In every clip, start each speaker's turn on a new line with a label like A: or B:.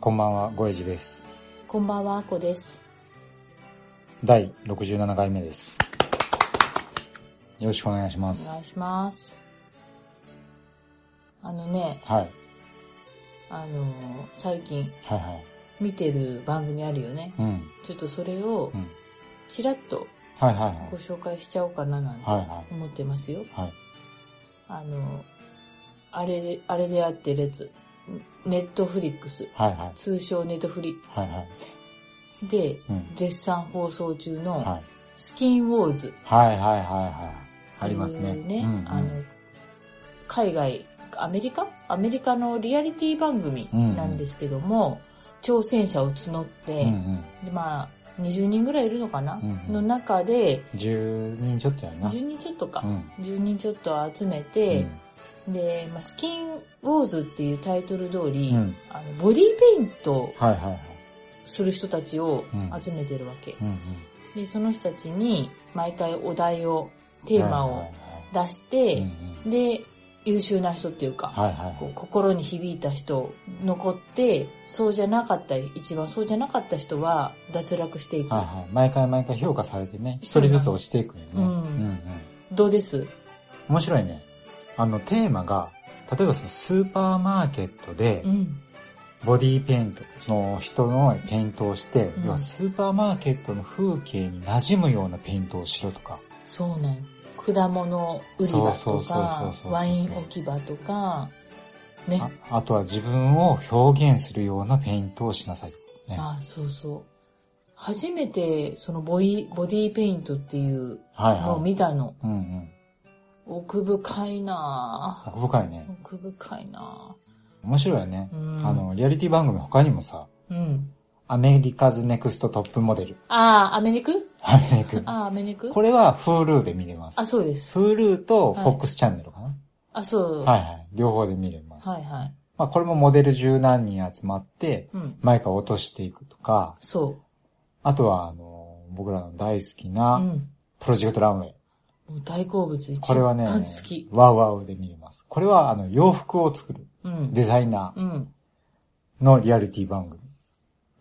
A: こんばんは、ごえじです。
B: こんばんはあこです
A: 第67回目です。よろしくお願いしま
B: お
A: す。
B: 願いしますあのね
A: はい。はい
B: あの最近
A: はい。
B: 見てる番組あるよね
A: うん。
B: ちょっとそれを
A: うん。
B: ちらっと
A: はいはいはい
B: ご。紹介しちゃおうかななんて
A: はいは
B: 思ってますよ。
A: い。はい。
B: あの、あれ、あれであってるやつ。ネットフリックス。
A: はいはい。
B: 通称ネットフリ。
A: はいはい。
B: で、
A: うん。
B: 絶賛放送中の
A: はい。
B: スキンウォーズ。
A: はいはいはいはい。ありますね。
B: っていうね、
A: うんうん
B: あの、海外、アメリカアメリカのリアリティ番組なんですけども、挑戦者を募って、
A: うんうん。
B: でまあ、20人ぐらいいるのかな、
A: うんうん
B: の中で、
A: 10人ちょっとやんな。
B: 10人ちょっとか
A: う。ん。
B: 10人ちょっと集め
A: う
B: て、
A: ん
B: で、まあ、スキンウォーズっていうタイトル通り、
A: うん。
B: あのボディーペイントを
A: はいはいはい。
B: する人たちを
A: うん
B: 集めてるわけ。
A: うんうん。
B: で、その人たちに毎回お題を、テーマ
A: はい
B: を
A: はいはい
B: 出し
A: うんう
B: て、
A: ん
B: で、優秀な人っていうか、
A: はいはいは
B: こう
A: い。
B: 心に響いた人残って、そうじゃなかった、一番そうじゃなかった人は脱落していく。
A: はいはい。毎回毎回評価されてね、一
B: そう
A: 人
B: なの
A: ずつ押していくよね。
B: うん
A: うんうん。
B: どうです
A: 面白いね。あの、テーマが、例えばそのスーパーマーケットで
B: う、ん。
A: ボディーペイント、その人のペイントをして、
B: ん
A: 要はスーパーマーケットの風景に馴染むようなペイントをしろとか、
B: そうなんよ果物売り場
A: そ
B: と
A: うそうそうそう
B: か
A: そう、
B: ワイン置き場とか、ね。
A: ああとは自分を表現するようなペイントをしなさいとかね。
B: あそうそう。初めて、そのボイ、ボディーペイントっていう
A: はい
B: のを
A: はい。
B: 見たの。
A: うんうん。
B: 奥深いなぁ。
A: 奥深いね。
B: 奥深いな
A: 面白いよね
B: ぁ。う。ん。
A: あ、の、リアリティ番組他にもさ、
B: うん。
A: アメリカズネクストトップモデル。
B: あー、アメニク
A: アメリカ。
B: あー、アメニク
A: これは Hulu で見れます
B: あ、。そうです。
A: Hulu と
B: はい
A: FOX チャンネルかな。
B: あ、そう。
A: はいはい。両方で見れます。
B: はいはい。
A: まあこれもモデル十何人集まって、
B: うん。
A: 前から落としていくとか、
B: そ
A: あとはあの、僕らの大好き
B: う。う。
A: なんプロジェクトランウェイ。
B: もう大好物一番
A: これはね、
B: 好き。
A: ワウワウで見れます。これはあの、洋服を作る
B: うん。
A: デザイナ
B: うん。
A: ーのリアリティ番組。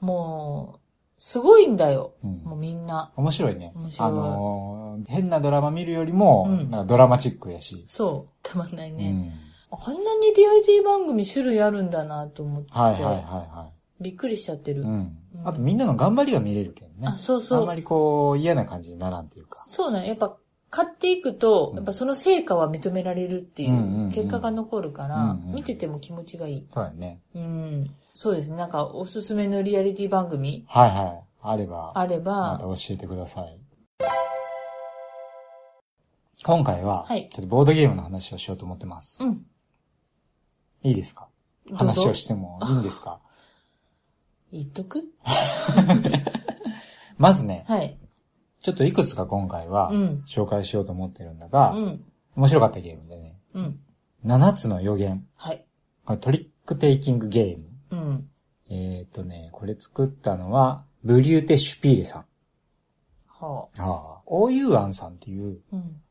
B: もう、すごいんだよ。
A: うん
B: もうみんな。
A: 面白いね。
B: 面白い
A: あのー、変なドラマ見るよりも、
B: うん
A: なんかドラマチックやし。
B: そう。たまんないね。
A: うん
B: あんなにリアリティ番組種類あるんだなと思って、
A: はいはいはいは
B: びっくりしちゃって
A: い。
B: る。
A: うん。あとみんなの頑張りが見れるけどね。
B: あ、そう
A: あ
B: そ
A: んま
B: う。
A: りこう、嫌な感じにならんというか。
B: そうなの。やっぱ、買っていくと
A: う、ん
B: やっぱその成果は認められるってい
A: うんうんう
B: う、
A: ん
B: 結果が残るから、
A: うんうん
B: 見てても気持ちがいい。
A: そうだよね。
B: うん。そうですね。なんか、おすすめのリアリティ番組
A: はいはい。あれば。
B: あれ
A: また
B: ば、
A: 教えてください。今回は、
B: はい
A: ちょっとボードゲームの話をしようと思ってます。
B: うん。
A: いいですか
B: どうぞ
A: 話をしてもいいんで すか
B: 言っとく
A: まずね、
B: はい。
A: ちょっといくつか今回は
B: うん
A: 紹介しようと思ってるんだが、
B: うん。
A: 面白かったゲームでね、
B: うん。
A: 7つの予言。
B: はい。
A: これトリックテイキングゲーム。
B: うん。
A: えっ、ー、とね、これ作ったのは、ブリューテ・シュピーレさん。
B: は
A: ああ。オーユーアンさんっていう
B: あ。うん。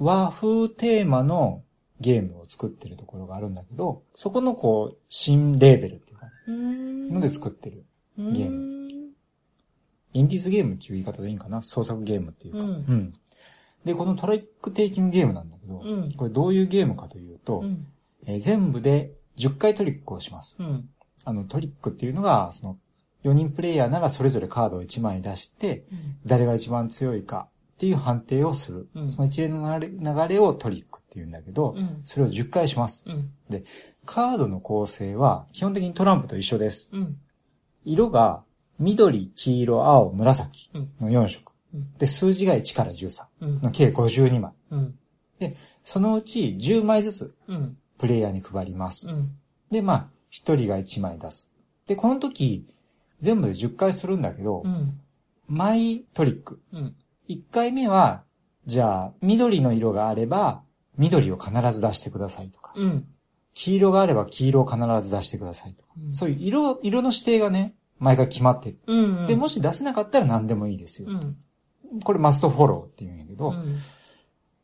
A: 和風テーマのゲームを作ってるところがあるんだけど、そこのこう、新レーベルっていうか、
B: うーん。
A: ので作ってる。
B: ゲ
A: ゲー
B: ム。
A: インディーズゲームっていう言い方でいいんかな創作ゲームっていうか。
B: うん
A: で、このトライックテイキングゲームなんだけど、
B: うん
A: これどういうゲームかというと、
B: うん。
A: えー全部で10回トリックをします。
B: うん。
A: あのトリックっていうのが、その、4人プレイヤーならそれぞれカードを1枚出して、
B: うん。
A: 誰が一番強いかっていう判定をする。
B: うん
A: その一連の流れ流れをトリックっていうんだけど、
B: うん。
A: それを10回します。
B: うん。
A: カードの構成は基本的にトランプと一緒です。
B: うん。
A: 色が緑、黄色、青、紫
B: うん
A: の4色
B: うん。
A: で、数字が1から13
B: うん。
A: の計52枚。
B: うん。
A: そのうち10枚ずつ
B: うん。
A: プレイヤーに配ります。
B: うん。
A: で、まあ、一人が一枚出す。で、この時、全部で10回するんだけど、
B: うん。
A: マイトリック。
B: うん。
A: 1回目は、じゃあ、緑の色があれば、緑を必ず出してくださいとか、
B: うん。
A: 黄色があれば黄色を必ず出してくださいとか、そういう色、色の指定がね、毎回決まってる。
B: うん。
A: で、もし出せなかったら何でもいいですよ
B: う。ん。
A: これマストフォローって言うんやけ
B: う
A: ど、
B: ん。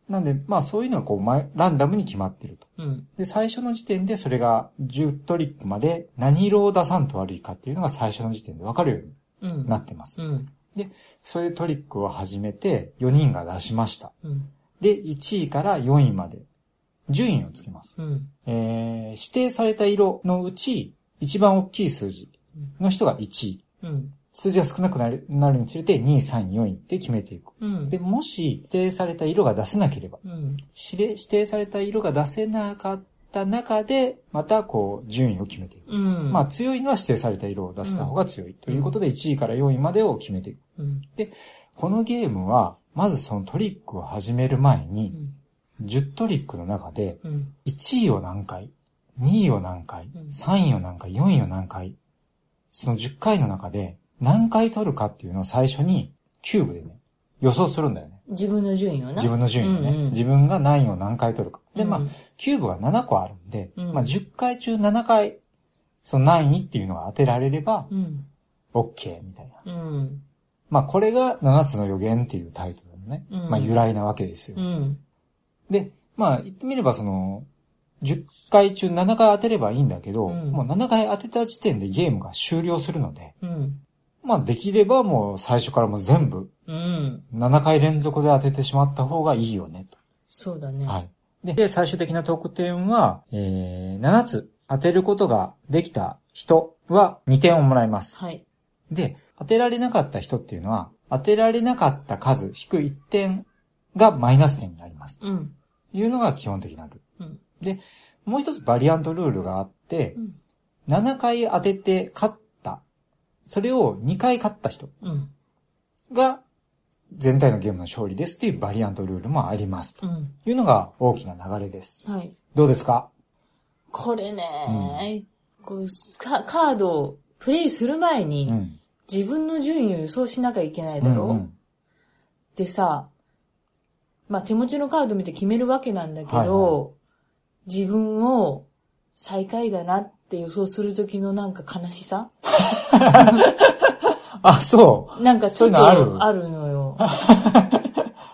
A: なんで、まあそういうのがこう、まランダムに決まってると。
B: うん。
A: で、最初の時点でそれが10トリックまで何色を出さんと悪いかっていうのが最初の時点で分かるよう
B: うん。
A: になってます。
B: うん。
A: そういうトリックを始めて4人が出しました。
B: うん。
A: で、1位から4位まで順位をつけます。
B: うん。
A: えー、指定された色のうち一番大きい数字の人が1位。
B: うん。
A: 数字が少なくなるなるにつれて2位、3位、4位って決めていく。
B: うん。
A: で、もし指定された色が出せなければ、
B: うん。
A: 指令指定された色が出せなかった中で、またこう順位を決めていく。
B: うん。
A: まあ、強いのは指定された色を出した方が強いということで1位から4位までを決めていく。
B: うん。
A: このゲームは、まずそのトリックを始める前に、10トリックの中で
B: うん。
A: 1位を何回、2位を何回
B: うん、
A: 3位を何回、4位を何回、その10回の中で何回取るかっていうのを最初にキューブでね、予想するんだよね。
B: 自分の順位をな。
A: 自分の順位をね。
B: うんうん
A: 自分が何位を何回取るか。で、まあ
B: う、ん
A: キューブが7個あるんで、
B: うん
A: まあ10回中7回、その何位っていうのが当てられれば、
B: うん。
A: OK みたいな。
B: うん。
A: まあこれが7つの予言っていうタイトルのね、
B: うん
A: まあ由来なわけですよ。
B: うん。
A: で、まあ言ってみればその、10回中7回当てればいいんだけど、
B: うん
A: もう7回当てた時点でゲームが終了するので、
B: うん。
A: まあできればもう最初からもう全部
B: うん。
A: 7回連続で当ててしまった方がいいよね、と。
B: そうだね。
A: はい。で、で最終的な得点は、えー、7つ当てることができた人は2点をもらいます。
B: はい。
A: で、当てられなかった人っていうのは、当てられなかった数引く1点がマイナス点になります。
B: うん。
A: というのが基本的なルール。
B: うん。
A: もう一つバリアントルールがあって
B: う、ん。
A: 7回当てて勝った、それを2回勝った人
B: うん。
A: が全体のゲームの勝利ですっていうバリアントルールもあります。と
B: うん。
A: いうのが大きな流れです。
B: はい。
A: どうですか
B: これね、こうカカードをプレイする前
A: う
B: に、
A: ん。
B: 自分の順位を予想しなきゃいけないだろ、う
A: うんうん
B: でさ、まあ、手持ちのカード見て決めるわけなんだけど、
A: はいは
B: 自分を最下位だなって予想する時のなんか悲しさ
A: あ、そう。
B: なんかちょっ
A: そういうの
B: と
A: あ
B: あるのよ。
A: あ、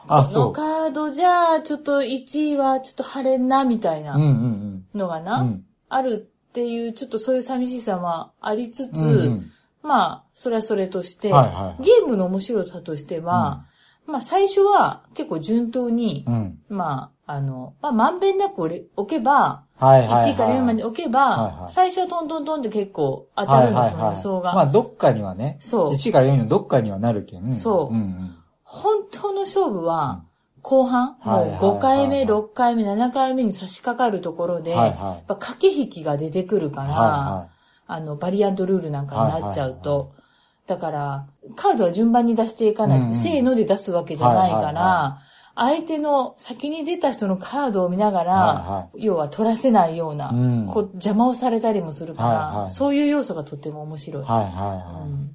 B: この
A: そ。
B: カードじゃあ、ちょっと1位はちょっと晴れんな、みたいう
A: うんう
B: なんのが
A: うん。
B: な、
A: うん
B: あるっていう、ちょっとそういう寂しさはありつつ、
A: うん
B: まあ、それはそれとし
A: う
B: て、
A: ん。はいはい。
B: ゲームの面白さとしては、まあ最初は結構順当に
A: う、ん。
B: まあ、あの、まあまんべんなく置けば、
A: はいはいはい。
B: 1位から4位まで置けば、
A: はいはい
B: 最初はトントントンって結構当たるんですよ、その予想が。
A: まあ、どっかにはね、
B: そう。
A: 1から4のどっかにはなるけん。
B: そう
A: うんうん。
B: 本当の勝負は、後半、
A: はい
B: も
A: は
B: う
A: いはい
B: 5回目、6回目、7回目に差し掛かるところで、
A: はいはい
B: やっぱ駆け引きが出てくるから、
A: は
B: あの、バリアントルールなんかになっちゃう
A: はいはい
B: と、だから、カードは順番に出していかないと
A: うんう
B: か、
A: ん
B: せーので出すわけじゃないか
A: はいはいは
B: ら、相手の先に出た人のカードを見なが
A: い
B: ら、
A: は
B: 要は取らせないような、
A: うん
B: こう邪魔をされたりもするか
A: はいは
B: ら、
A: い
B: そういう要素がとっても面白
A: い。
B: い。
A: はいはいは
B: う
A: い。
B: ん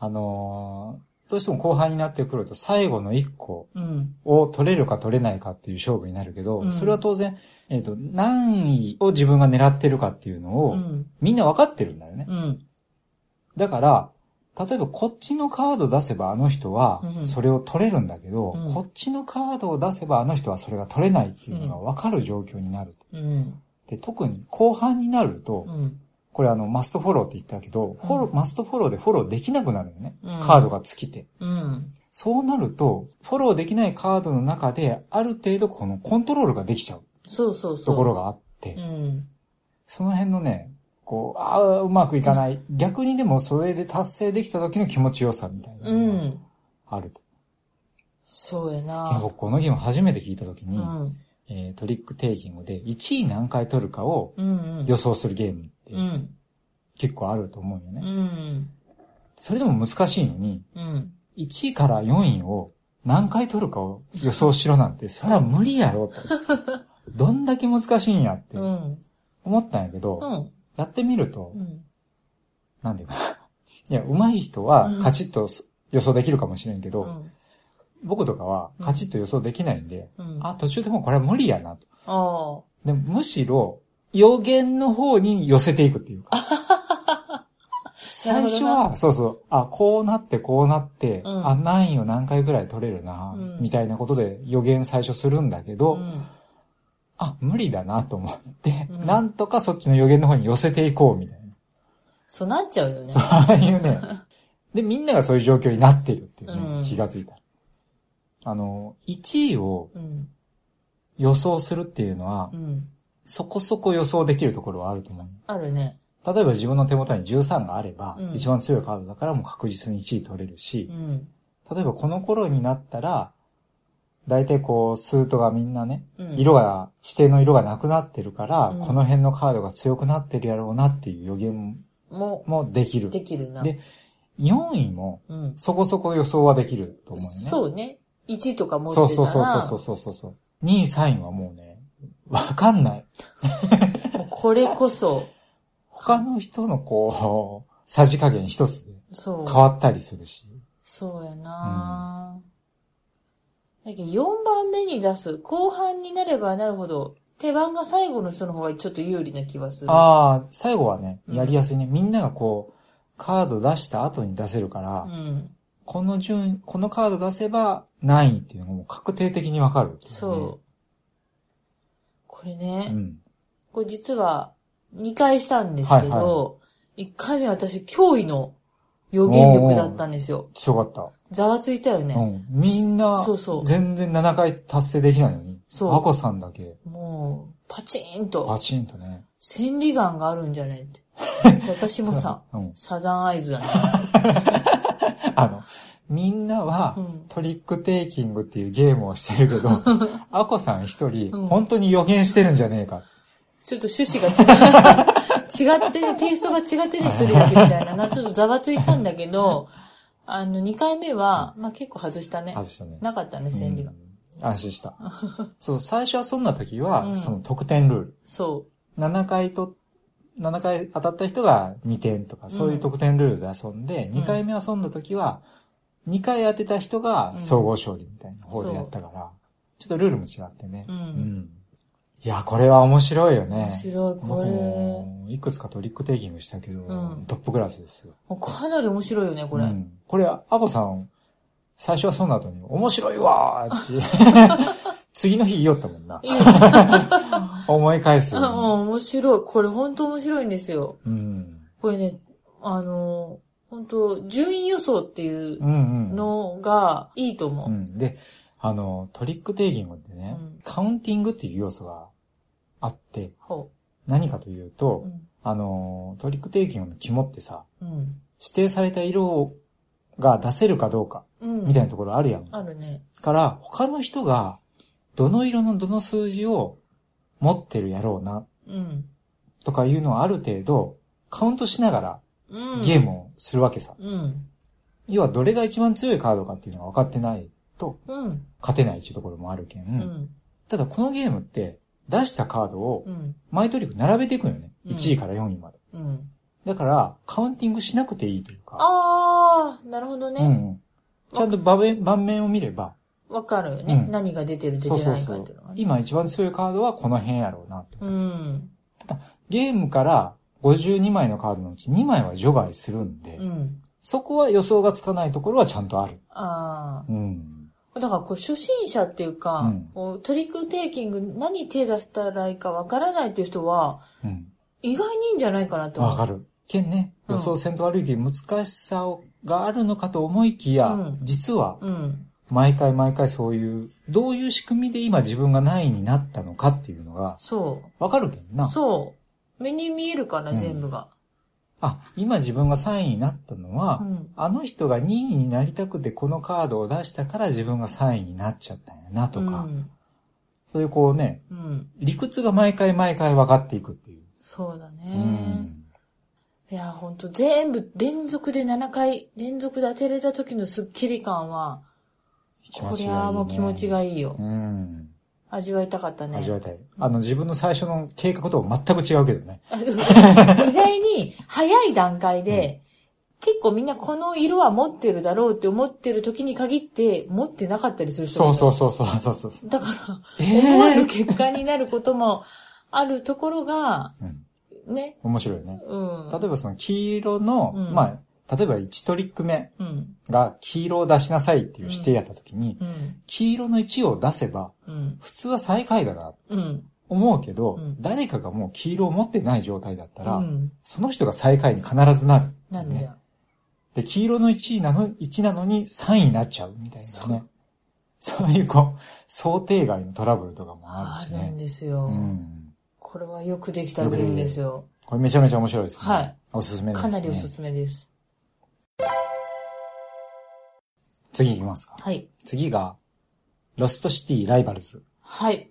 A: あのーどうしても後半になってくると最後の1個
B: うん。
A: を取れるか取れないかっていう勝負になるけど、
B: うん
A: それは当然、えっ、と、何位を自分が狙ってるかっていうのを、
B: うん。
A: みんな分かってるんだよね。
B: うん。
A: だから、例えばこっちのカード出せばあの人は
B: うん
A: それを取れるんだけど、
B: うん
A: こっちのカードを出せばあの人はそれが取れないっていうのが分かる状況になる。
B: うん。
A: で、特に後半になると、
B: うん。
A: これあの、マストフォローって言ったけど、フォロー、マストフォローでフォローできなくなるよね。
B: うん
A: カードが尽きて。
B: うん。
A: そうなると、フォローできないカードの中で、ある程度このコントロールができちゃう
B: そうそうそう。
A: ところがあって、
B: うん。
A: その辺のね、こう、ああ、うまくいかない。逆にでもそれで達成できた時の気持ちよさみたいな
B: う
A: のが
B: ん。
A: あると。
B: そうや
A: いや、
B: な。
A: 僕このゲーム初めて聞いた時
B: う
A: に、
B: ん。
A: えートリックテイキングで1位何回取るかを
B: うん。うん
A: 予想するゲームっ
B: う
A: て
B: ん。
A: 結構あると思うよね。
B: うん。
A: それでも難しいのに、
B: うん。
A: 1位から4位を何回取るかを予想しろなんて、それ は無理やろと。どんだけ難しいんやって
B: うん。
A: 思ったんやけど、
B: うん。
A: やってみると、
B: うん。
A: なんていうかな。いや、上手い人はカチッと予想できるかもしれんけど、
B: うん。
A: 僕とかはカチッと予想できないんで、
B: うん。
A: あ、途中でもうこれは無理やなと。
B: ああ。
A: でもむしろ、予言の方に寄せていくっていうか。最 初
B: なるほど
A: は、そうそう、あ、こうなってこうなって、
B: うん
A: あ、何位を何回ぐらい取れるな、
B: うん
A: みたいなことで予言最初するんだけど、
B: うん。
A: あ、無理だなと思って、
B: うん
A: なんとかそっちの予言の方に寄せていこうみたい
B: そうなっちゃうよね
A: な。。 ああいうね。で、みんながそういう状況になっているっていうね、
B: うん
A: 気がついた。あの、1位を
B: うん。
A: 予想するっていうのは
B: う、ん。
A: そこそこ予想できるところはあると思う。
B: あるね。
A: 例えば自分の手元に13があれば、
B: うん
A: 一番強いカードだからもう確実に1位取れるし
B: う、ん。
A: 例えばこの頃になったら、大体こう、スートがみんなね、
B: うん。
A: 色が、指定の色がなくなってるから、
B: うん
A: この辺のカードが強くなってるやろうなっていう予言
B: も
A: もできる。
B: できるな。
A: で4位も
B: うん。
A: そこそこ予想はできると思うよね。
B: そうね。1とか持ってた
A: そ
B: ら。
A: うそうそうそうそうそうそう。2位、3位はもうね、わかんない。
B: もうこれこそ、
A: 他の人のこう、さじ加減一つで
B: そう。
A: 変わったりするし。
B: そうやな、だけど4番目に出す、後半になればなるほど、手番が最後の人の方がちょっと有利な気はする。
A: ああ、最後はね、
B: うん
A: やりやすいね。みんながこう、カード出した後に出せるから、
B: うん。
A: この順位、このカード出せば何位っていうのがもう確定的にわかる、
B: そう。これ
A: う
B: ね、
A: ん。
B: これ実は2回したんですけど、
A: はい
B: 1回目私驚異の予言力だったんですよ。
A: 強かった。
B: ざわついたよね。
A: うん。みんな、
B: そうそう
A: 全然7回達成できないのに、
B: そう
A: 和子さんだけ、
B: もう、パチーン
A: パ
B: と、
A: チンとね。
B: 千里眼があるんじゃね って。私もさ、
A: うん。
B: サザンアイズだね。
A: あの、みんなは、
B: うん
A: トリックテイキングっていうゲームをして るけど、アコさん一人、
B: うん
A: 本当に予言してるんじゃねえか。
B: ちょっと趣旨が違う。違って、テイストが違ってる一人だけみたい なな、ちょっとざわついたんだけど、あの、2回目は、まあ結構外したね。
A: 外したね。
B: なかったね、千里眼。
A: うん安 心した。そう、最初遊んだ時は、
B: うん
A: その得点ルール。
B: そ
A: 7回と、7回当たった人が2点とか、そういう得点ルールで遊んで、
B: ん
A: 二2回目遊んだ時は、2回当てた人が総合勝利みたいな方でやったから、ちょっとルールも違ってね。
B: うん
A: いや、これは面白いよ
B: う。面
A: ね。
B: 白い、こ
A: 僕
B: れ。
A: もいくつかトリックテイキングしたけど、
B: うん
A: トップクラスですよ。
B: もうかなり面白いよね、これ。
A: うん、これ、アコさん、最初はそんな後に、面白いわ ーって、次の日言いよったもんな。
B: いいよね。
A: 思い返す
B: う
A: よ
B: ん、
A: ね、
B: 面白い。これ本当面白いんですよ。
A: うん。
B: これね、あの、本当順位予想っていう
A: うんうん。
B: のがいいと思
A: う
B: う。
A: ん。で、あの、トリックテイキングってね、
B: うん
A: カウンティングっていう要素があって、
B: ほ
A: 何かというと、
B: う。うん。
A: あの、トリックテイキングの肝ってさ、
B: うん。
A: 指定された色が出せるかどうか、
B: うん。
A: みたいなところあるやん。
B: あるね。
A: から、他の人が、どの色のどの数字を持ってるやろうな、
B: うん。
A: とかいうのをある程度、カウントしながら
B: うん。
A: ゲームをするわけさ。
B: うん。
A: 要は、どれが一番強いカードかっていうのが分かってないと、
B: うん。
A: 勝てないっていうところもあるけ
B: う
A: ん。
B: ん。
A: ただ、このゲームって、出したカードを
B: う、ん。
A: 毎トリック並べていくんよね。
B: うん
A: 1位から4位まで。
B: うん。
A: だから、カウンティングしなくていいというか。
B: あー、なるほど
A: うんう
B: ね。
A: ん。ちゃんと場面、盤面を見れば、
B: わかるよね
A: う。ん
B: 何が出てる、出
A: そう
B: て
A: そう
B: ない
A: そ
B: かっていう
A: う
B: のが。ね。
A: 今一番強いカードはこの辺やろうなと。
B: うん。
A: ゲームから52枚のカードのうち2枚は除外するんで、
B: うん。
A: そこは予想がつかないところはちゃんとある。
B: あー。
A: うん。
B: だからこう初心者っていうか、
A: うん
B: こうトリックテイキング何手出したらいいかわからないっていう人は
A: うん。
B: 意外にいいんじゃないかなと思う。
A: わかる。けんね、
B: うん
A: 予想戦と悪いという難しさをがあるのかと思いきや、
B: うん
A: 実は
B: うん。
A: 毎回毎回そういう、どういう仕組みで今自分が何位になったのかっていうのが
B: そ
A: わかるけん
B: う。
A: な。
B: そう。目に見えるから
A: うん
B: 全部が。
A: あ、今自分が3位になったのは、
B: うん。
A: あの人が2位になりたくてこのカードを出したから自分が3位になっちゃったんやなとか、
B: うん。
A: そういうこうね、
B: うん。
A: 理屈が毎回毎回分かっていくっていう。
B: そうだね。
A: うん
B: いや、ほんと全部連続で7回連続で当てれた時のスッキリ感は、これはもう気持ちが
A: いい
B: いいよ。
A: ね。うん。
B: 味わいたかったね。
A: 味わいたい。あの、自分の最初の計画とは全く違うけどね。
B: 意外に早い段階で、結構みんなこの色は持ってるだろうって思ってる時に限って持ってなかったりする人
A: そうそう
B: う。
A: そうそうそうそう。
B: だから、
A: え
B: 思わぬ結果になることもあるところが、
A: うん。
B: ね、
A: 面白いよね。
B: うん。
A: 例えばその黄色の、
B: うん
A: まあ、例えば1トリック目
B: うん、
A: が黄色を出しなさいっていう指定やった時に、
B: うん、
A: 黄色の1を出せば、
B: うん、
A: 普通は最下位だな、
B: うん。
A: 思うけど、
B: うん
A: 誰かがもう黄色を持ってない状態だったら、
B: うん、
A: その人が最下位に必ずなる、
B: なるじゃん。
A: で、黄色の1位なの、1なのに3位になっちゃうみたいなね。そういうこう、想定外のトラブルとかもあ
B: あ
A: るし
B: るん
A: ね。
B: です
A: う
B: よ。
A: ん。
B: これはよくできたゲームですよ。
A: これめちゃめちゃ面白いですね。
B: はい。
A: おすすめです、ね。
B: かなりおすすめです。
A: 次いきますか。
B: はい。
A: 次が、ロストシティライバルズ。
B: はい。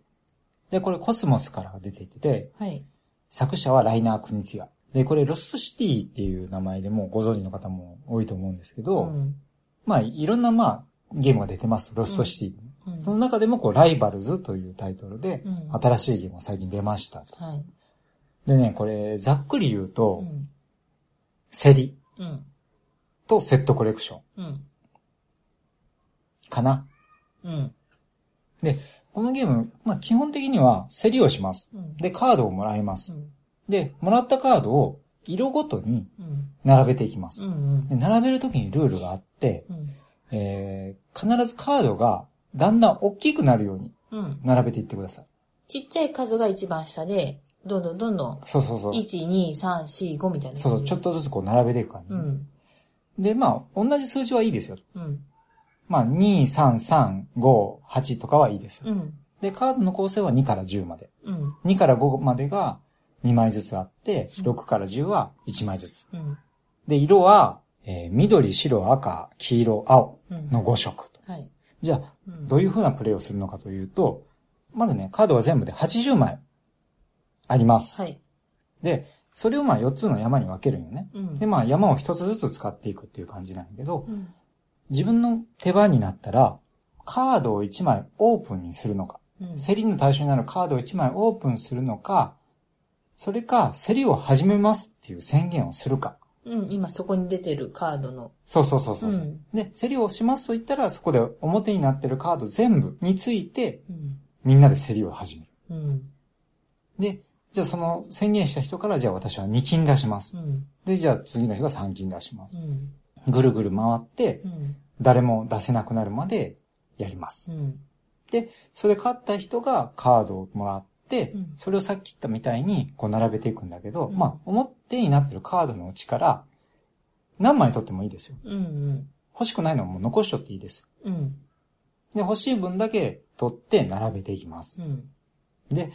A: で、これコスモスから出ていて、
B: はい。
A: 作者はライナー・クニツィア。で、これロストシティっていう名前でもうご存知の方も多いと思うんですけ
B: う
A: ど、
B: ん。
A: まあ、いろんなまあ、ゲームが出てます。ロストシティ。
B: うん
A: その中でもこう、ライバルズというタイトルで
B: うん、
A: 新しいゲームが最近出ました。
B: はい。
A: でね、これ、ざっくり言う
B: う
A: と、
B: ん。
A: セリ
B: うん。
A: とセットコレクション
B: うん。
A: かな。
B: うん。
A: このゲーム、まあ基本的にはセリをします。
B: うん。
A: で、カードをもらいま
B: う
A: す。
B: ん。
A: で、もらったカードを色ごとに
B: うん。
A: 並べていきます
B: う。ん。
A: で並べるときにルールがあって、
B: うん。
A: えー、必ずカードがだんだん大きくなるように
B: うん。
A: 並べていってください。
B: ちっちゃい数が一番下で、どんどんどんどん、
A: そうそうそう。
B: 1、2、3、4、5みたいな。
A: そうそう、ちょっ。とずつこう並べていく感じ。
B: うん。
A: で、まあ、同じ数字はいいですよ。
B: うん。
A: まあ、2、3、3、5、8とかはいいですよ。
B: うん。
A: で、カードの構成は2から10まで。
B: うん。
A: 2から5までが2枚ずつあって、
B: うん
A: 6から10は1枚ずつ。
B: うん。
A: で、色は、えー緑、白、赤、黄色、青
B: うん。
A: の5色と。
B: はい。
A: じゃあ、
B: うん。
A: どういうう風なプレイをするのかというと、まずね、カードは全部で80枚あります。
B: はい。
A: で、それをまあ4つの山に分けるんよね。
B: うん。
A: で、まあ山を1つずつ使っていくっていう感じなんやけど
B: う、ん。
A: 自分の手番になったら、カードを1枚オープンにするのか、
B: うん。
A: セリの対象になるカードを1枚オープンするのか、それか、セリを始めますっていう宣言をするか。
B: うん。今そこに出てるカードの。
A: そうそうそうそう。
B: うん
A: で、セリをしますと言ったら、そこで表になってるカード全部について、
B: うん。
A: みんなでセリを始め
B: う
A: る。
B: ん。
A: で、じゃあその宣言した人から、じゃあ私は2金出しま
B: う
A: す。
B: ん。
A: で、じゃあ次の人が3金出しま
B: う
A: す。
B: ん。
A: ぐるぐる回って
B: う、ん。
A: 誰も出せなくなるまでやります。
B: うん。
A: それで勝った人がカードをもらって、
B: うん
A: それをさっき言ったみたいにこう並べていくんだけど、
B: うん
A: まあ表になってるカードのうちから何枚取ってもいいですよ。
B: うん。
A: 欲しくないのはもう残しとっていいです。
B: うん。
A: で、欲しい分だけ取って並べていきます
B: う。ん。
A: で、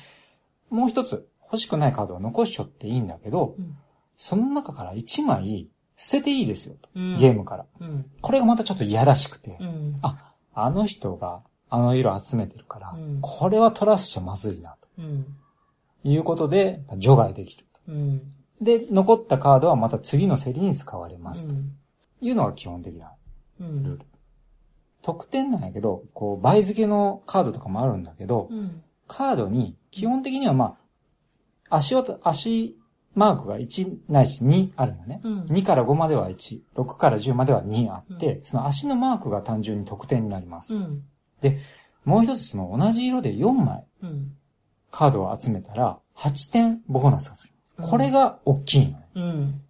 A: もう一つ欲しくないカードは残しとっていいんだけど、
B: うん
A: その中から1枚捨てていいですよ。
B: うん。
A: ゲームから。
B: うん。
A: これがまたちょっといやらしくて、
B: うん。
A: あ、あの人があの色集めてるから、
B: うん
A: これは取らせちゃまずいなと。
B: うん。
A: いうことで、除外できる。
B: うん。
A: で、残ったカードはまた次の競りに使われます。と
B: うん。
A: いうのが基本的な
B: う
A: ルー
B: ん。
A: ル。得点なんやけど、こう、倍付けのカードとかもあるんだけど、
B: うん。
A: カードに、基本的にはまあ、足音、足マークが1ないし2あるんだね。
B: うん
A: 2から5までは1、6から10までは2あって、その足のマークが単純に得点になります。
B: うん。
A: もう一つ、その同じ色で4枚
B: うん。
A: カードを集めたら、8点ボーナスがつきます。これが大きいのね。
B: うん。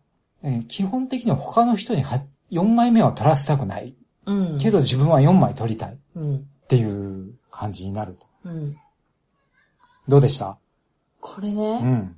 A: えー基本的には他の人には4枚目は取らせたくない。
B: うん。
A: けど自分は4枚取りたいっ
B: うん。
A: ていう感じになると。
B: うん。
A: どうでした
B: これ
A: う
B: ね、
A: ん。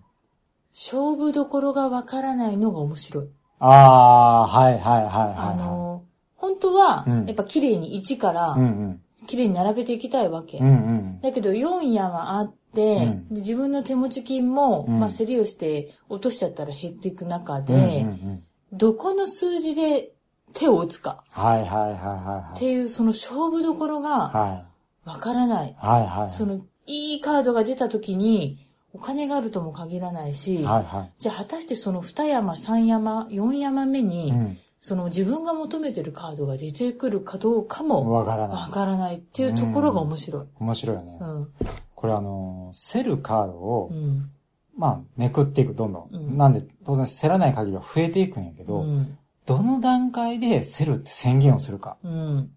B: 勝負どころがわからないのが面白い。
A: あー、はいはいはいはい、はい。
B: あの、本当は
A: うん、
B: やっぱ綺麗に1から
A: う、んうん。
B: 綺麗に並べていきたいわけ
A: うん。うん。
B: だけど4山あって、
A: うん
B: で自分の手持ち金も、
A: うん
B: まあ競りをして落としちゃったら減っていく中で、
A: うんうんうん。
B: どこの数字で手を打つか
A: はいはいはいはいは
B: っ
A: い。
B: ていうその勝負どころが
A: はい。
B: わからない。
A: はいはい。
B: その、いいカードが出た時に、お金があるとも限らないし、
A: はいは
B: じゃあ果たしてその2山、3山、4山目
A: い。
B: に、
A: う
B: その自分が求めてるカードが出てくるかどうか
A: ん。
B: も
A: わから
B: わ
A: ない。
B: からないっていうところが面白い。
A: 面白いよね
B: う。ん。
A: これあの、競るカードを、
B: うん。
A: まあ、めくっていく、どんどん。
B: うん
A: なんで、当然競らない限りは増えていくんやけど、
B: うん。
A: どの段階で競るって宣言をするか。
B: うん。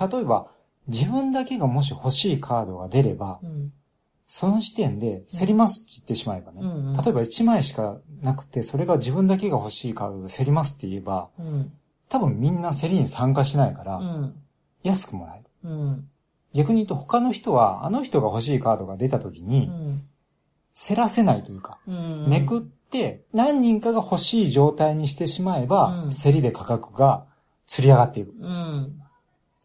A: 例えば、自分だけがもし欲しいカードが出れば、
B: うん。
A: その時点で競りますって言ってしまえばね、
B: うんうん
A: 例えば1枚しかなくて、それが自分だけが欲しいカードで競りますって言えば、
B: うん。
A: 多分みんな競りに参加しないから、
B: うん。
A: 安くもらえる。
B: うん。
A: 逆に言うと他の人は、あの人が欲しいカードが出た時に、競らせないというか、
B: うん。
A: めくって何人かが欲しい状態にしてしまえば、
B: うん
A: 競りで価格が釣り上がっていく。
B: うん。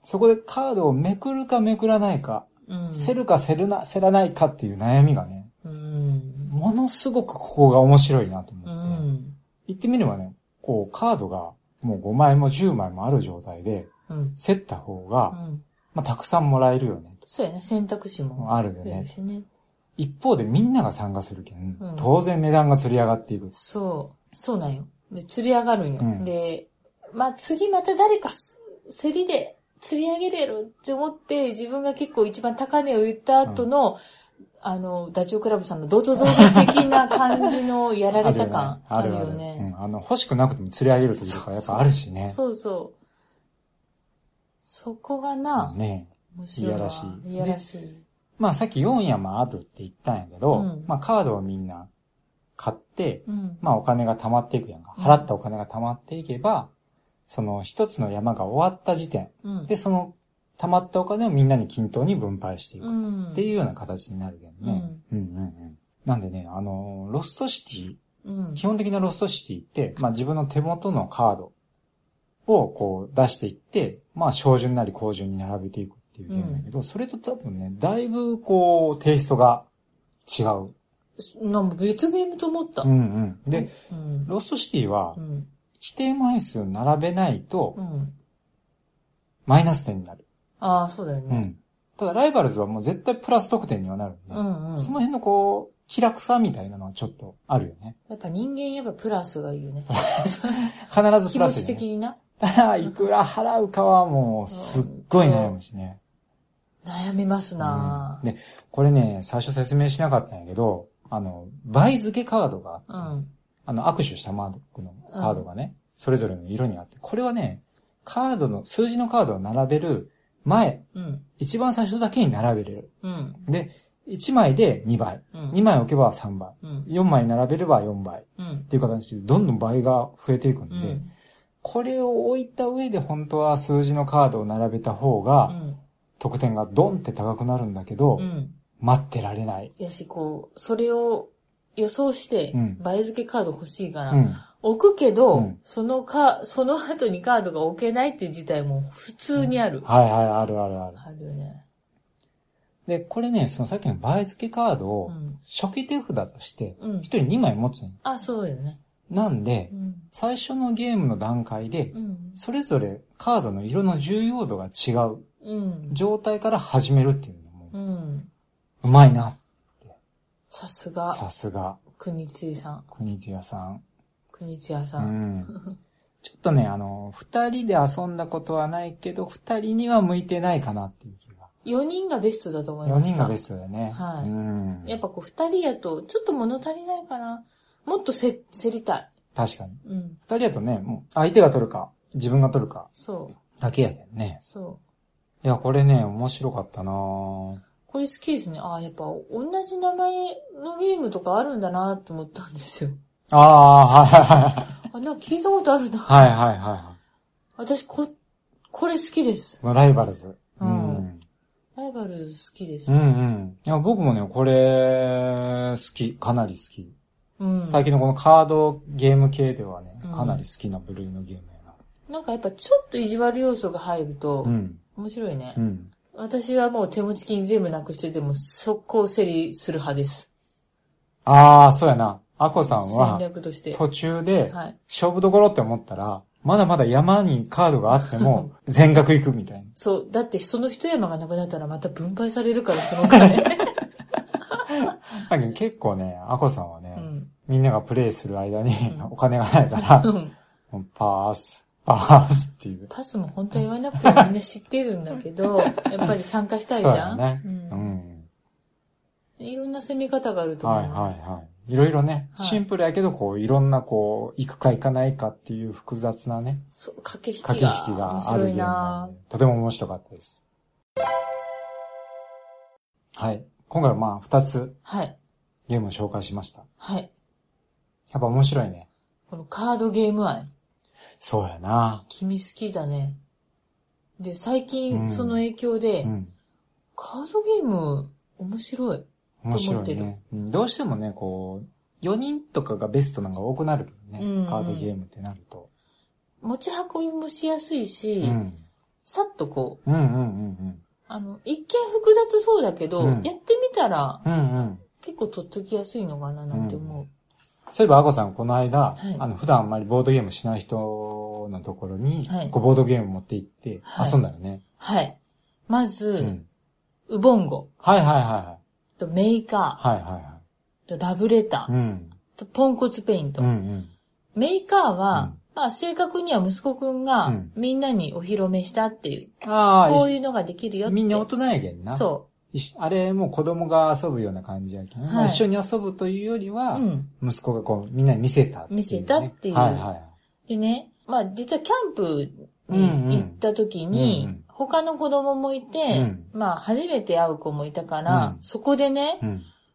A: そこでカードをめくるかめくらないか、
B: うん。
A: 競るか競るな、競らないかっていう悩みがね、
B: うん。
A: ものすごくここが面白いなと思っ
B: う
A: て、
B: ん。
A: 言ってみればね、こうカードがもう5枚も10枚もある状態で、
B: うん。
A: 競った方が、
B: うん。
A: まあ、たくさんもらえるよね、
B: そうやね。選択肢も
A: あるよ
B: 増える
A: ね。
B: しね。
A: 一方でみんなが参加するけん、
B: うん
A: 当然値段が釣り上がっていく。
B: そう。そうなんよ。で、釣り上がるんよ。
A: うん
B: で、まあ次また誰かす競りで釣り上げれるって思って、自分が結構一番高値を言った後の、あの、ダチョウ倶楽部さんのどうぞどうぞ的な感じのやられた感あ
A: あ
B: る
A: るあ
B: よ
A: る
B: ね。
A: うん。あの、欲しくなくても釣り上げる時とかやっぱあるしね。
B: そうそう。そこがな、
A: ね
B: 面白いわ。
A: いやらしい
B: いやらしい。
A: まあさっき4山あるって言ったんやけど、
B: うん
A: まあカードをみんな買って、
B: うん。
A: まあお金が溜まっていくやんか。
B: うん
A: 払ったお金が溜まっていけば、その一つの山が終わった時点
B: うん。
A: で、その溜まったお金をみんなに均等に分配していく。
B: うん。
A: っていうような形になるけどね。うんうんうん。なんでね、あのーロストシテ
B: うん
A: ィ、基本的なロストシティって、まあ自分の手元のカードをこう出していって、まあ小順なり高順に並べていくっていうゲームだけど、それと多分ね、だいぶこうテイストが違う。
B: なんか別ゲームと思った。
A: うんうん。で、
B: うん。
A: ロストシティは
B: うん。
A: 規定枚数並べないと
B: うん。
A: マイナス点になる。
B: ああ、そうだよ
A: う
B: ね。
A: ん。ただライバルズはもう絶対プラス得点にはなるんで、
B: うんうん。
A: その辺のこう、気楽さみたいなのはちょっとあるよね。
B: やっぱ人間やっぱプラスがいいよ ね。
A: 必ず
B: 気
A: プラ
B: 持
A: ス、ね。
B: ち 的にな。
A: ただ、いくら払うかはもう、すっごい悩むしね。
B: 悩みますな
A: うんで、これね、最初説明しなかったんやけど、あの、倍付けカードが
B: う
A: あって、
B: ん。
A: あの、握手したマークのカードがね、それぞれの色にあって、これはね、カードの、数字のカードを並べる前、
B: うん。
A: 一番最初だけに並べれる。
B: うん。
A: で、1枚で2倍、
B: うん。
A: 2枚置けば3倍、
B: うん。
A: 4枚並べれば4倍っ
B: うん。
A: ていう形で、どんどん倍が増えていくん
B: う
A: で、
B: ん。
A: これを置いた上で本当は数字のカードを並べた方が、得点がドンって高くなるんだけど、
B: うん。
A: 待ってられない。
B: やし、こう、それを予想して
A: うん、
B: 倍付けカード欲しいか
A: う
B: ら、
A: ん。
B: 置くけ
A: う
B: ど
A: ん、
B: そのか、その後にカードが置けないっていう事態も普通にある。
A: はいはい、あるあるある。
B: あるよね。
A: で、これね、そのさっきの倍付けカード
B: う
A: を
B: ん。
A: 初期手札として、
B: うん
A: 一。人2枚持つの
B: あ、そうよね。
A: なんで
B: う、ん。
A: 最初のゲームの段階で
B: う、ん。
A: それぞれカードの色の重要度が違う
B: うん。
A: 状態から始めるっていうのも
B: う、ん。
A: うまいな。
B: さすが、
A: さすが、
B: 国津さん。
A: 国津屋さん。
B: 国津屋さ。
A: うんん。ちょっとね、あの、二人で遊んだことはないけど、二人には向いてないかなっていう気が。
B: 4人がベストだと思いま
A: 4
B: す。
A: 人がベストだよね。
B: はい
A: うん。
B: やっぱこう2人やと、ちょっと物足りないかな。もっとせ、競りたい。
A: 確かに。
B: うん。
A: 二人だとね、もう相手が取るか、自分が取るか
B: そう。
A: だけやけんね。
B: そう。
A: いや、これね、面白かったなぁ
B: これ好きですね。ああ、やっぱ同じ名前のゲームとかあるんだなと思ったんですよ。
A: あ
B: あ、なんか聞いたことあるな。
A: あ、はいはいはいはいは
B: 私、こ、これ好きです
A: い。。まあライバルズ。
B: うん
A: うん
B: ライバルズ好きで
A: う
B: す。
A: ん。いや、僕もね、これ、好き。かなり好き。
B: うん。
A: 最近のこのカードゲーム系ではね
B: うん、
A: かなり好きな部類のゲームやな。
B: なんかやっぱちょっと意地悪要素が入ると
A: う、ん。
B: 面白いね
A: う。ん。
B: 私はもう手持ち金全部なくしてでも速攻競りする派です。
A: ああ、そうやな。アコさん
B: 戦
A: は、
B: 略として。
A: 途中で、
B: はい。
A: 勝負どころって思ったら、まだまだ山にカードがあっ ても、全額行くみたいな。
B: そう。だってその一山がなくなったらまた分配されるから、そのお 金。
A: だけど結構ね、アコさんはね、
B: うん。
A: みんながプレイする間に
B: うん
A: お金がな いから、
B: うん
A: もうパース、パースっていう。
B: パスも本当は言わなくてもみんな知ってるんだけど、やっぱり参加したいじゃん
A: そうだね
B: う。
A: うんん。
B: いろんな攻め方があると
A: は
B: 思
A: い
B: い
A: は
B: ます。
A: いはい。いろいろね、
B: はい
A: シンプルやけど、こう、いろんな、こう、行くか行かないかっていう複雑なね、
B: そう、駆け引きが。
A: 駆け引き
B: 面
A: があ
B: 白
A: るゲ
B: い
A: ームな
B: なん
A: で、とても面白かったです。はい。今回はまあ、二つ
B: はい。
A: ゲームを紹介しました。
B: はい。
A: やっぱ面白いね。
B: このカードゲーム愛。
A: そうやな。
B: 君好きだね。で、最
A: うん
B: 近その影響で、
A: うん。
B: カードゲーム面白い。
A: 面白い
B: と思
A: ね。うんどうしてもね、こう、4人とかがベストなんか多くなるけどね、
B: うんうん
A: カードゲームってなると。
B: 持ち運びもしやすいし、
A: うん。
B: さっとこう、
A: うんうんうん
B: あの、一見複雑そうだけど、
A: うん
B: やってみたら
A: うん。うんうん。
B: 結構とっつきやすいのかななんて思う。
A: そういえば、アゴさん、この間、
B: はい
A: あの、普段あんまりボードゲームしない人のところに、
B: はい
A: こうボードゲーム持って行って、
B: はい
A: 遊んだよね。
B: はい。まず、
A: うん。
B: ウボンゴ、
A: はいはいはいはい。
B: とメーカ
A: はいはいは
B: ー、とラブレタ
A: い。う
B: ー、
A: ん。
B: とポンコツペイント。
A: うんうん。
B: メーカーは、
A: うん
B: まあ正確には息子くん
A: う
B: が
A: ん
B: みんなにお披露目したっていう、こ
A: あ
B: ういうのができるよ
A: あ、
B: って。
A: みんな大人やけんな。
B: そ
A: 一緒あれ、もう子供が遊ぶような感じやけん。
B: はい
A: まあ一緒に遊ぶというより
B: う。
A: は
B: う、ん。
A: 息子がこう、みんなに見せたっていうね。
B: 見せたっていう
A: はいはいはい。
B: でね、まあ実はキャンプに行った時に、
A: うんうんうんうん
B: 他の子供もいて、
A: うん
B: まあ初めて会う子もいたから、
A: うん
B: そこでね、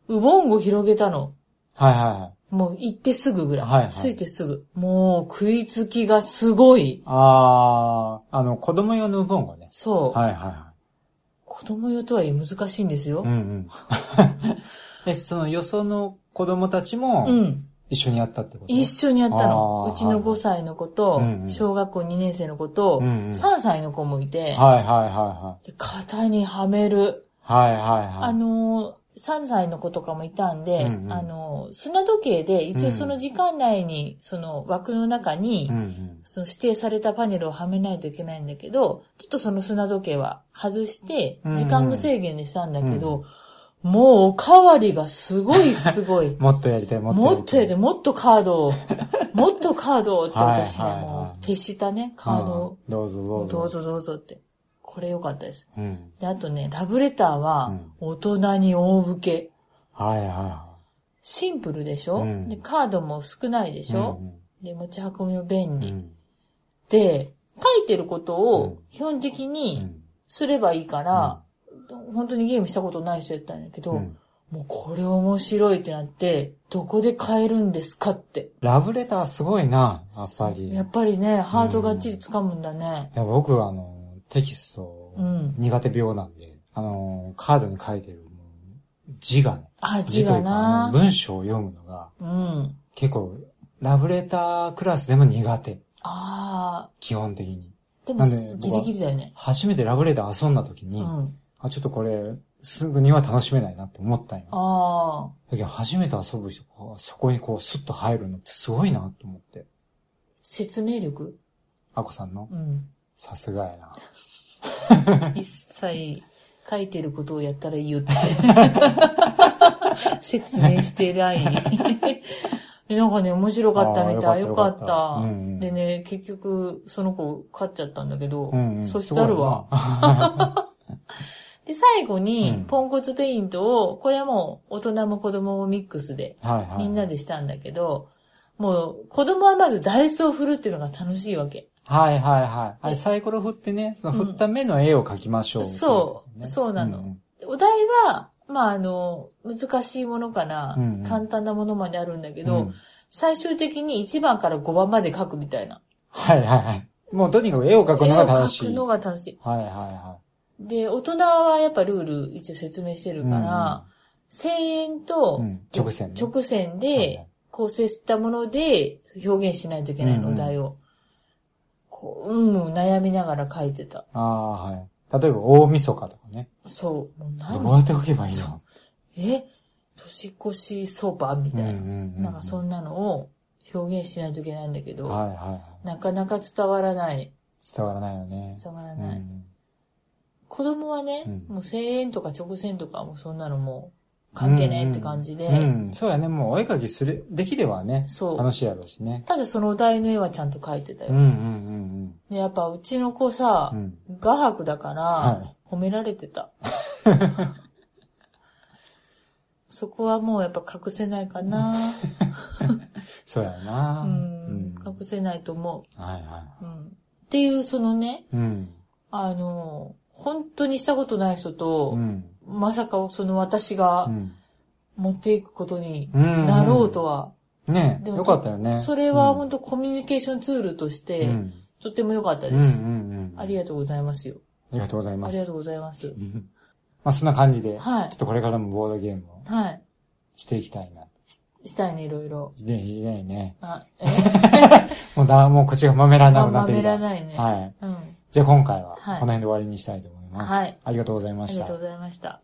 A: うん。
B: ウボンゴ広げたの。
A: はいはいはい。
B: もう行ってすぐぐらい。
A: はいはい
B: ついてすぐ。もう食いつきがすごい。
A: ああ、あの、子供用のウボンゴね。
B: そう。
A: はいはいは
B: 子供用とはいえ難しいんですよ
A: い。うん。うん。 え、その、よその子供たちも、
B: うん。
A: 一緒にやったってこと
B: 一緒にやった
A: あ
B: の。
A: ー
B: うちの5歳の子と
A: うんう、ん
B: 小学校2年生の子と、
A: うんうん
B: 3歳の子もいて、
A: はいはいは
B: で型にはめる。
A: いはい。はいはいはい。
B: あのー、3歳の子とかもいたんで、
A: うんうん
B: あのー、砂時計で一
A: う
B: 応
A: ん
B: その時間内に、その枠の中に、
A: うんうん。
B: その指定されたパネルをはめないといけないんだけど、ちょっとその砂時計は外して
A: うんう、ん。
B: 時間無制限にしたんだけど、もうおかわりがすごいすごい
A: もっとやりたい、もっと
B: もっとやで、
A: い。
B: もっとカー ドを、もっとカードをって私ね、
A: はいはいはい
B: もう消したね、カードを。
A: うんどうぞどうぞ。
B: どう。ぞどうぞって。これ良かったです。
A: うん。
B: で、あとね、ラブレター
A: う
B: は
A: ん、
B: 大人に大受け。
A: はいはいは
B: シンプルでしょ、
A: うん
B: で、カードも少ないで
A: い。
B: しょ、で、持ち運びも便
A: うんう
B: 利、
A: ん。
B: で、書いてること
A: うん
B: を基本的
A: う
B: に
A: ん。
B: すればいいから、本当にゲームしたことない人やったんだけど、
A: うん
B: もうこれ面白いってなって、どこで買えるんですかって。
A: ラブレターすごいな、やっぱり。い
B: やっぱりね、ハートがっちり掴むんだね。
A: や僕、あの、テキスト
B: うん、
A: 苦手病なんで、あの、カードに書いてるもう字がね、
B: あ、字が
A: というかあ
B: な。
A: の文章を読むのが、
B: うん。
A: 結構、ラブレタークラスでも苦手。
B: あ
A: 基本的に。
B: ー。で
A: な
B: も
A: んで
B: ギリギリだよね。
A: 初めてラブレター遊んだ時
B: う
A: に、
B: ん。
A: あ、ちょっとこれ、すぐには楽しめないなって思ったんよ。だ
B: あー。
A: けど初めて遊ぶ人がそこにこうスッと入るのってすごいなと思って。
B: 説明力
A: あこさんの
B: うん。
A: さすがやな。
B: 一切書いてることをやったらいいよ って。説明して ない。でなんかね、面白かったみたい。
A: あー
B: よ
A: よ
B: か
A: か
B: っ
A: ったたうんうん
B: でね、結局、その子勝っちゃったんだけど、
A: うんうん。
B: そしたらは。
A: す
B: で、最後
A: うん
B: に、ポンコツペイントを、これはもう、大人も子供もミックスで、
A: ごいな。はいは い。
B: みんな。でしたんだけど、もう、子供はまずダイスを振るっていうのが楽しいわけ。
A: はいはいはい。あれサイコロ振ってね、その振った目の絵を描きましょう。
B: そうそうなの
A: ん
B: でお題は、まあ、あの、難しいものから
A: うんうん、
B: 簡単なものまであるんだけ
A: うん
B: ど、
A: うん
B: 最終的に1番から5番まで書くみたいな。
A: はいはいはい。もうとにかく絵を描くのが楽し
B: 絵を描く
A: い。
B: の
A: はい
B: が楽しい。
A: はいは
B: で、大人はやっぱルール一応説明して
A: い。
B: るから、声援と
A: うん直線ね
B: 直線
A: はいは
B: で
A: い
B: 構成したもので表現しないといけないの、
A: うんうん
B: お題を。こう、うんうん悩みながら書いてた。
A: ああ、はい。例えば大晦日とかね。
B: そう。もう
A: ど
B: 何
A: うやって描けばいい
B: そ
A: の
B: え年越しそばみたいな。なんかそ
A: な。
B: んなのを表現しないといけないんだけど、
A: はいはいはい。
B: なかなか伝わらない。
A: 伝わらないよね。
B: 伝わら
A: う
B: ない。
A: ん
B: 子供はね、
A: うん
B: もう声援とか直線とかもうそんなのもう関係ねって感じで、
A: うんうん、うんそうやね。もうお絵描きする、できればね、
B: そう
A: 楽しいやろうしね。
B: ただそのお題の絵はちゃんと描いてたよ。
A: うんうん
B: でやっぱうちの子さ
A: うんうん。う、ん。
B: 画伯だから、
A: は
B: 褒められてた。そこはもうやっぱ隠せないかな。
A: そうやな。
B: うん。隠せないと思
A: はいは
B: う。うん。っていう、そのね、
A: い。うん。
B: あの、本当にしたことない人と
A: う、ん。
B: まさかその私が
A: うん
B: 持っていくことに
A: うん
B: なろうとは。
A: ねえ、
B: でも
A: よかったよね。
B: それは本
A: 当
B: 当コミュニケーションツールとし
A: う
B: て、
A: ん。
B: とっても良かった
A: うんうん
B: です。
A: うん。
B: ありがとうございますよ。
A: ありがとうござい
B: あ
A: ま
B: りが
A: す。
B: とうございます。
A: うん まあそんな感じで、ちょ
B: は
A: っとこれからもボードゲームを
B: い。は
A: していきたいな。
B: い。したいね、いろいろ。
A: で、いないね。
B: あ、 え
A: もうだ、もうこっちがまめら
B: ま
A: な
B: あ
A: くなっ
B: ま
A: て
B: め
A: きた。
B: らないね。
A: はい。
B: うん。
A: じゃあ今回は、こ
B: はい
A: の辺で終わりにしたいと思います。
B: はい
A: ありがとうございま
B: あり
A: し
B: が
A: た
B: とう。ございました。